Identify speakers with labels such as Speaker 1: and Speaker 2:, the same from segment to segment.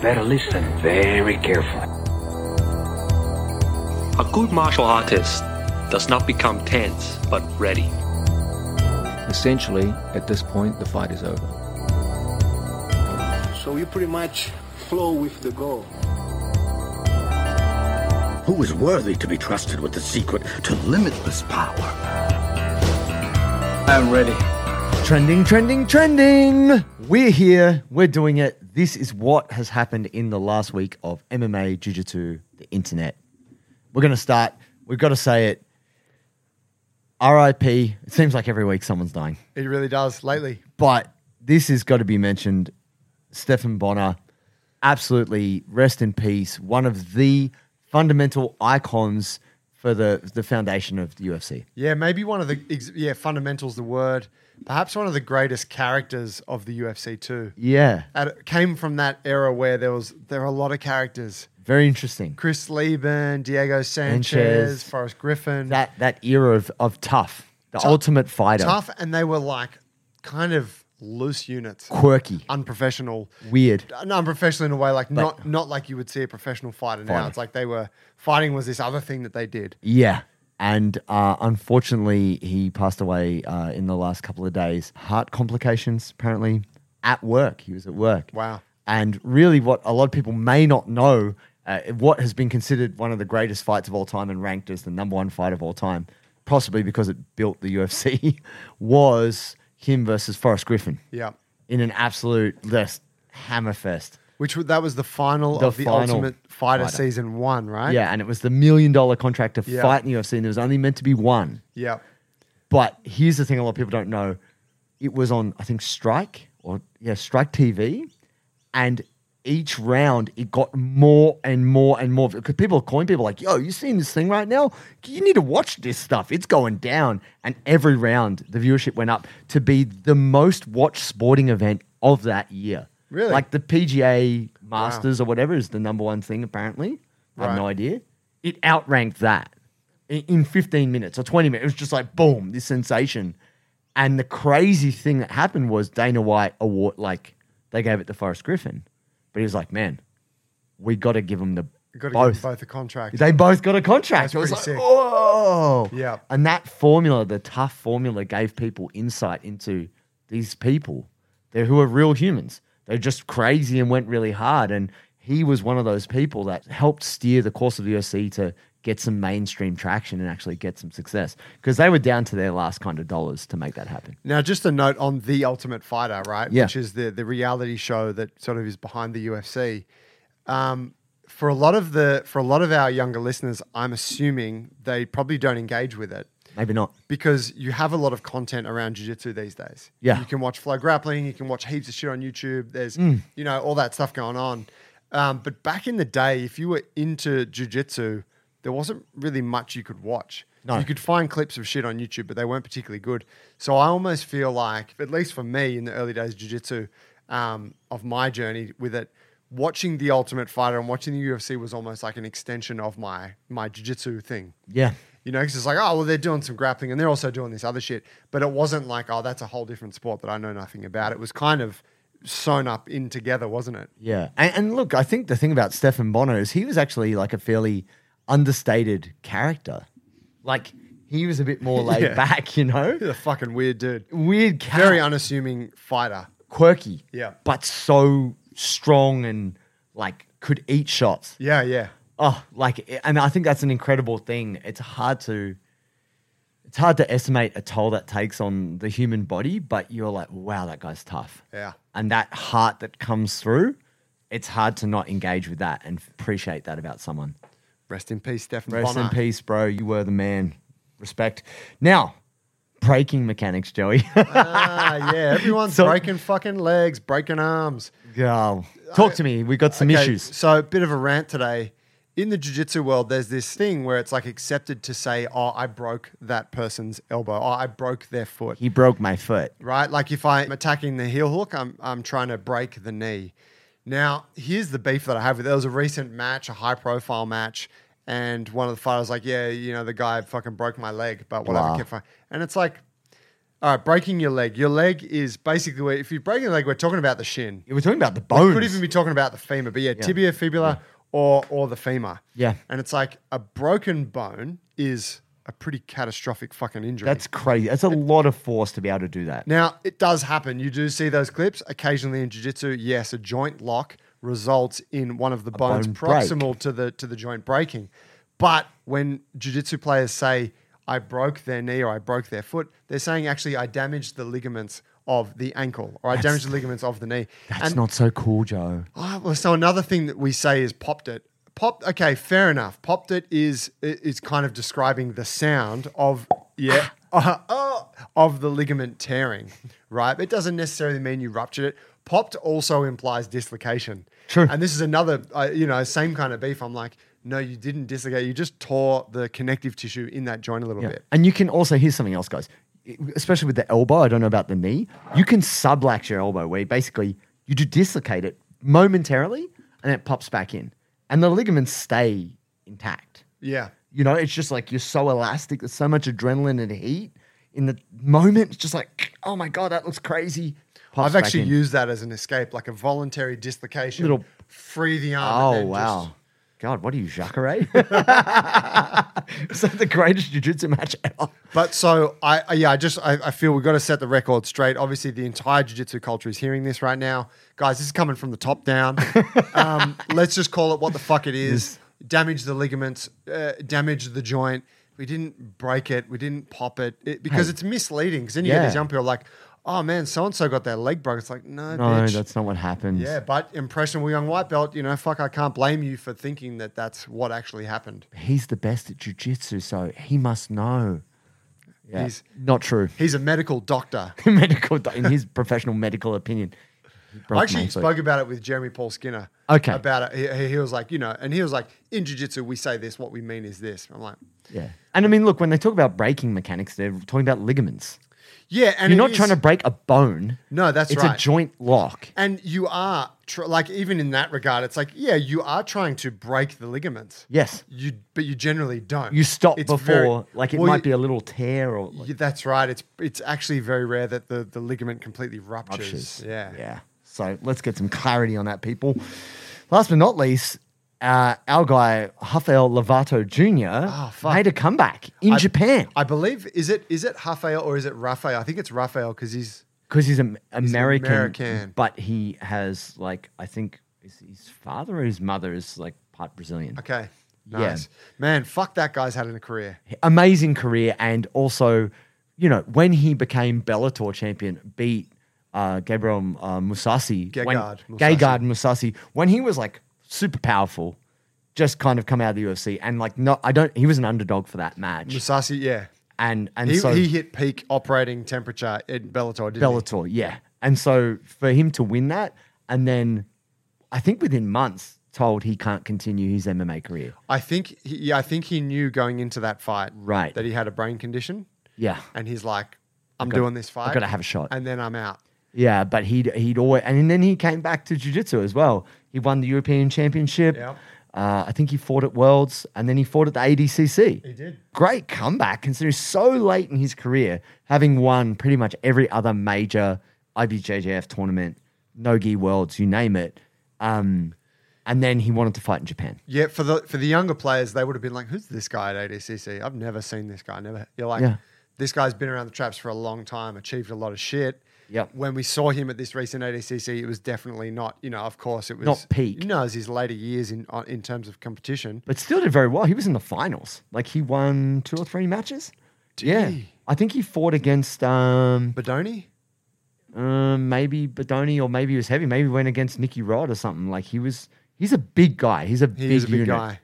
Speaker 1: Better listen very carefully.
Speaker 2: A good martial artist does not become tense but ready.
Speaker 3: Essentially, at this point, the fight is over.
Speaker 4: So you pretty much flow with the goal.
Speaker 5: Who is worthy to be trusted with the secret to limitless power?
Speaker 4: I'm ready.
Speaker 6: Trending, trending, trending. We're here. We're doing it. This is what has happened in the last week of MMA, Jiu Jitsu, the internet. We're going to start. We've got to say it. RIP. It seems like every week someone's dying,
Speaker 7: It really does lately.
Speaker 6: but this has got to be mentioned. Stefan Bonner, absolutely rest in peace. One of the fundamental icons for the, the foundation of the UFC.
Speaker 7: Yeah, maybe one of the ex- yeah fundamentals the word. Perhaps one of the greatest characters of the UFC too.
Speaker 6: Yeah.
Speaker 7: At, came from that era where there was there were a lot of characters:
Speaker 6: Very interesting.
Speaker 7: Chris Lieben, Diego Sanchez,
Speaker 6: Sanchez.
Speaker 7: Forrest Griffin.
Speaker 6: That that era of, of tough, the
Speaker 7: Tough-
Speaker 6: ultimate fighter.
Speaker 7: tough, and they were like kind of loose units,
Speaker 6: quirky,
Speaker 7: unprofessional.
Speaker 6: weird.
Speaker 7: an unprofessional in a way, like not not like you would see a professional fighter now.
Speaker 6: Fighter.
Speaker 7: It's like they were fighting was this other thing that they did.
Speaker 6: Yeah. And uh, unfortunately, he passed away uh, in the last couple of days. Heart complications, apparently, at work. He was at work.
Speaker 7: Wow.
Speaker 6: And really, what a lot of people may not know, uh, what has been considered one of the greatest fights of all time and ranked as the number one fight of all time, possibly because it built the UFC, was him versus Forrest Griffin.
Speaker 7: Yeah,
Speaker 6: In an absolute just hammerfest.
Speaker 7: which w- that was the final
Speaker 6: The
Speaker 7: of the
Speaker 6: final
Speaker 7: Ultimate Fighter,
Speaker 6: fighter.
Speaker 7: season one, right?
Speaker 6: Yeah, and it was the million dollar contract to
Speaker 7: Yeah.
Speaker 6: fight in the UFC, and there was only meant to be one.
Speaker 7: yeah.
Speaker 6: But here's the thing: a lot of people don't know. It was on, I think, Strike or yeah, Strike TV, and each round it got more and more and more. Because people are calling people like, "Yo, you seen this thing right now? You need to watch this stuff. It's going down." And every round, the viewership went up to be the most watched sporting event of that year.
Speaker 7: Really?
Speaker 6: Like the PGA Masters or whatever is the number one thing apparently. I have no
Speaker 7: Right.
Speaker 6: idea. It outranked that in, in 15 minutes or 20 minutes. It was just like boom, this sensation. And the crazy thing that happened was Dana White award like they gave it to Forrest Griffin, but he was like, man, we got to give them the
Speaker 7: Got to
Speaker 6: both.
Speaker 7: give them both a contract.
Speaker 6: They both got a contract.
Speaker 7: That's
Speaker 6: it was like,
Speaker 7: pretty sick.
Speaker 6: oh,
Speaker 7: Yeah.
Speaker 6: And that formula, the tough formula, gave people insight into these people, they're who are real humans. They're just crazy and went really hard. And he was one of those people that helped steer the course of the UFC to get some mainstream traction and actually get some success because they were down to their last kind of dollars to make that happen.
Speaker 7: now, just a note on the Ultimate Fighter, right?
Speaker 6: Yeah.
Speaker 7: Which is the the reality show that sort of is behind the UFC. Um, for a lot of the for a lot of our younger listeners, I'm assuming they probably don't engage with it.
Speaker 6: Maybe not.
Speaker 7: because you have a lot of content around jiu-jitsu these days.
Speaker 6: Yeah.
Speaker 7: You can watch flow grappling, you can watch heaps of shit on YouTube. There's,
Speaker 6: Mm.
Speaker 7: you know, all that stuff going on. Um, but back in the day, if you were into jiu-jitsu, there wasn't really much you could watch.
Speaker 6: No.
Speaker 7: You could find clips of shit on YouTube, but they weren't particularly good. So I almost feel like, at least for me in the early days of jiu-jitsu, um, of my journey with it, watching The Ultimate Fighter and watching the UFC was almost like an extension of my my jiu-jitsu thing.
Speaker 6: Yeah.
Speaker 7: You know, because it's like, oh, well, they're doing some grappling and they're also doing this other shit. But it wasn't like, oh, that's a whole different sport that I know nothing about. It was kind of sewn up in together, wasn't it?
Speaker 6: Yeah. And, and look, I think the thing about Stefan Bonner is he was actually like a fairly understated character. Like, he was a bit more laid
Speaker 7: Yeah.
Speaker 6: back, you know?
Speaker 7: He's a fucking weird dude.
Speaker 6: Weird cat.
Speaker 7: Very unassuming fighter.
Speaker 6: quirky.
Speaker 7: Yeah.
Speaker 6: But so strong and like could eat shots.
Speaker 7: Yeah, yeah.
Speaker 6: Oh, like, and I think that's an incredible thing. It's hard to, it's hard to estimate a toll that takes on the human body, but you're like, wow, that guy's tough.
Speaker 7: Yeah.
Speaker 6: And that heart that comes through, it's hard to not engage with that and appreciate that about someone.
Speaker 7: Rest in peace, Stefan
Speaker 6: Rest
Speaker 7: Bonnar.
Speaker 6: in peace, bro. You were the man. Respect. Now, breaking mechanics, Joey.
Speaker 7: Ah, yeah. Everyone's
Speaker 6: So-
Speaker 7: breaking fucking legs, breaking arms.
Speaker 6: Girl, talk to me. We got some
Speaker 7: Okay,
Speaker 6: issues.
Speaker 7: So, a bit of a rant today. In the jiu-jitsu world, there's this thing where it's like accepted to say, oh, I broke that person's elbow. Oh, I broke their foot.
Speaker 6: He broke my foot.
Speaker 7: right? Like if I'm attacking the heel hook, I'm I'm trying to break the knee. Now, here's the beef that I have with it. There was a recent match, a high profile match, and one of the fighters was like, yeah, you know, the guy fucking broke my leg, but whatever,
Speaker 6: Blah.
Speaker 7: kept fighting. And it's like, All right, breaking your leg. Your leg is basically where, if you break your leg, we're talking about the shin.
Speaker 6: We're talking about the bones.
Speaker 7: Could even be talking about the femur, but yeah, tibia, fibula, or or the femur.
Speaker 6: Yeah.
Speaker 7: and it's like a broken bone is a pretty catastrophic fucking injury.
Speaker 6: That's crazy. That's a lot of force to be able to do that.
Speaker 7: Now, it does happen. You do see those clips occasionally in jiu-jitsu. Yes, a joint lock results in one of the bones
Speaker 6: bone break.
Speaker 7: proximal to the to the joint breaking. But when jiu-jitsu players say I broke their knee or I broke their foot, they're saying actually I damaged the ligaments of the ankle or I damaged the ligaments of the knee.
Speaker 6: That's not so cool, Joe.
Speaker 7: Oh, well, so another thing that we say is popped it. Pop. Okay, fair enough. Popped it is i- is kind of describing the sound of yeah uh, oh, of the ligament tearing, right? It doesn't necessarily mean you ruptured it. Popped also implies dislocation.
Speaker 6: True.
Speaker 7: And this is another uh, you know same kind of beef. I'm like, no, you didn't dislocate. You just tore the connective tissue in that joint a little
Speaker 6: Yeah.
Speaker 7: bit.
Speaker 6: And you can also here's something else, guys. It- Especially with the elbow, I don't know about the knee. You can subluxate your elbow, where you basically you do dislocate it momentarily, and it pops back in, and the ligaments stay intact.
Speaker 7: Yeah.
Speaker 6: You know, it's just like you're so elastic. There's so much adrenaline and heat in the moment. It's just like, oh my god, that looks crazy. Pops
Speaker 7: I've
Speaker 6: back
Speaker 7: actually
Speaker 6: in.
Speaker 7: used that as an escape, like a voluntary dislocation.
Speaker 6: Little-
Speaker 7: free the arm. and
Speaker 6: Oh
Speaker 7: then
Speaker 6: wow.
Speaker 7: just-
Speaker 6: God, what are you, Jacare? Is that the greatest jiu-jitsu match ever?
Speaker 7: But so I, I yeah, I just I, I feel we've got to set the record straight. Obviously, the entire jiu-jitsu culture is hearing this right now, guys. This is coming from the top down. um, let's just call it what the fuck it is. Damage the ligaments, uh, damage the joint. We didn't break it. We didn't pop it, It- because it's misleading. Because then you get
Speaker 6: Yeah.
Speaker 7: these young people like, oh man, so and so got their leg broke. It's like no,
Speaker 6: No,
Speaker 7: bitch.
Speaker 6: that's not what happens.
Speaker 7: yeah, but impressionable young white belt, you know, fuck, I can't blame you for thinking that that's what actually happened.
Speaker 6: he's the best at jujitsu, so he must know. Yeah,
Speaker 7: He's-
Speaker 6: not true.
Speaker 7: He's a medical doctor.
Speaker 6: medical, in his professional medical opinion, he broke
Speaker 7: I
Speaker 6: my
Speaker 7: actually
Speaker 6: foot.
Speaker 7: spoke about it with Jeremy Paul Skinner.
Speaker 6: Okay.
Speaker 7: About it. He, he was like, you know, and he was like, in jiu-jitsu, we say this, what we mean is this. I'm like,
Speaker 6: Yeah, and I mean, look, when they talk about breaking mechanics, they're talking about ligaments.
Speaker 7: yeah, and
Speaker 6: You're
Speaker 7: it
Speaker 6: not
Speaker 7: is-
Speaker 6: trying to break a bone.
Speaker 7: No, that's
Speaker 6: it's
Speaker 7: right.
Speaker 6: a joint lock.
Speaker 7: And you are tr- like even in that regard, it's like, yeah, you are trying to break the ligaments.
Speaker 6: Yes,
Speaker 7: You but you generally don't.
Speaker 6: you stop
Speaker 7: It's
Speaker 6: before,
Speaker 7: very-
Speaker 6: like it
Speaker 7: well,
Speaker 6: might
Speaker 7: you-
Speaker 6: be a little tear or like,
Speaker 7: yeah, that's right. It's it's actually very rare that the, the ligament completely ruptures.
Speaker 6: ruptures.
Speaker 7: Yeah.
Speaker 6: yeah. So let's get some clarity on that, people. Last but not least. Uh, our guy Rafael Lovato Jr.
Speaker 7: Oh, fuck.
Speaker 6: made a comeback in
Speaker 7: I-
Speaker 6: Japan.
Speaker 7: I believe is it is it Rafael or is it Raphael? I think it's Raphael because he's
Speaker 6: because he's am- American,
Speaker 7: American.
Speaker 6: but he has like I think is his father or his mother is like part Brazilian.
Speaker 7: okay.
Speaker 6: Yeah.
Speaker 7: Nice. Man, fuck that guy's had in a career.
Speaker 6: Amazing career, and also, you know, when he became Bellator champion, beat uh, Gabriel uh, Musasi, when-
Speaker 7: Gegard Mousasi.
Speaker 6: Gegard Musasi, when he was like super powerful, just kind of come out of the UFC, and like not, I don't, he was an underdog for that match,
Speaker 7: Musasi, yeah.
Speaker 6: and and
Speaker 7: He,
Speaker 6: so
Speaker 7: he hit peak operating temperature in Bellator, didn't he?
Speaker 6: Bellator, yeah. And so for him to win that, and then I think within months, told he can't continue his MMA career.
Speaker 7: I think he, yeah, I think he knew going into that fight
Speaker 6: Right.
Speaker 7: that he had a brain condition
Speaker 6: Yeah,
Speaker 7: and he's like, I'm
Speaker 6: gotta-
Speaker 7: doing this fight.
Speaker 6: gotta have a shot.
Speaker 7: And then I'm out.
Speaker 6: yeah. But he'd he'd always, and then he came back to jiu-jitsu as well. He won the European Championship.
Speaker 7: Yep.
Speaker 6: Uh, I think he fought at Worlds, and then he fought at the ADCC.
Speaker 7: He did.
Speaker 6: Great comeback, considering so late in his career, having won pretty much every other major IBJJF tournament, Nogi Worlds, you name it. Um, and then he wanted to fight in Japan.
Speaker 7: Yeah, for the for the younger players, they would have been like, Who's this guy at ADCC? I've never seen this guy. Never you're like,
Speaker 6: Yeah.
Speaker 7: This guy's been around the traps for a long time, achieved a lot of shit.
Speaker 6: Yep.
Speaker 7: When we saw him at this recent ADCC, it was definitely not, you know, of course it was
Speaker 6: Not peak.
Speaker 7: No, it was his later years in on- in terms of competition.
Speaker 6: but still did very well. He was in the finals. Like he won two or three matches. yeah,
Speaker 7: he?
Speaker 6: I think he fought against um,
Speaker 7: Badoni?
Speaker 6: um maybe Badoni or maybe he was heavy. Maybe he went against Nicky Rod or something. Like he was. He's a big guy. He's a
Speaker 7: He
Speaker 6: big,
Speaker 7: is a big
Speaker 6: unit.
Speaker 7: guy.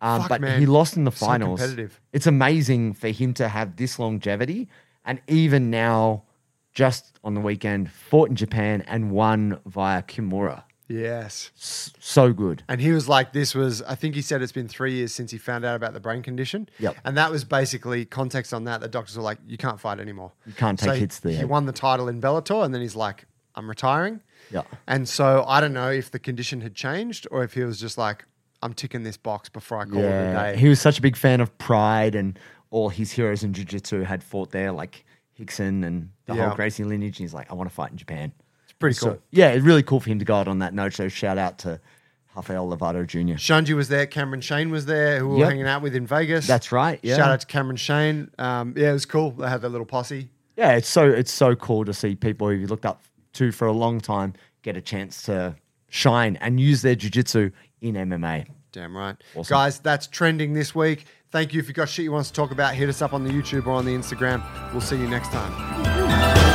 Speaker 6: Um,
Speaker 7: Fuck,
Speaker 6: but
Speaker 7: man.
Speaker 6: he lost in the
Speaker 7: So
Speaker 6: finals.
Speaker 7: competitive.
Speaker 6: It's amazing for him to have this longevity, and even now, just on the weekend, fought in Japan and won via Kimura.
Speaker 7: Yes.
Speaker 6: S- so good.
Speaker 7: And he was like, this was, I think he said it's been three years since he found out about the brain condition.
Speaker 6: Yep.
Speaker 7: And that was basically context on that. The doctors were like, you can't fight anymore. You
Speaker 6: can't take hits there.
Speaker 7: He won the title in Bellator and then he's like, I'm retiring.
Speaker 6: Yeah.
Speaker 7: And so I don't know if the condition had changed or if he was just like, I'm ticking this box before I call it a day.
Speaker 6: He was such a big fan of Pride and all his heroes in Jiu Jitsu had fought there. Like Hickson and the
Speaker 7: Yeah.
Speaker 6: whole Gracie lineage. And he's like, I want to fight in Japan.
Speaker 7: It's pretty cool.
Speaker 6: So, yeah, it's really cool for him to go out on that note. So shout out to Rafael Lovato Jr.
Speaker 7: Shunji was there. Cameron Shane was there, who we
Speaker 6: Yep.
Speaker 7: were hanging out with in Vegas.
Speaker 6: That's right, yeah.
Speaker 7: Shout out to Cameron Shane. Um, yeah, it was cool. They had their little posse.
Speaker 6: Yeah, it's so it's so cool to see people who you looked up to for a long time get a chance to shine and use their jujitsu in MMA.
Speaker 7: Damn right.
Speaker 6: Awesome.
Speaker 7: Guys, that's trending this week. Thank you. If you got shit you want us to talk about, hit us up on the YouTube or on the Instagram. We'll see you next time.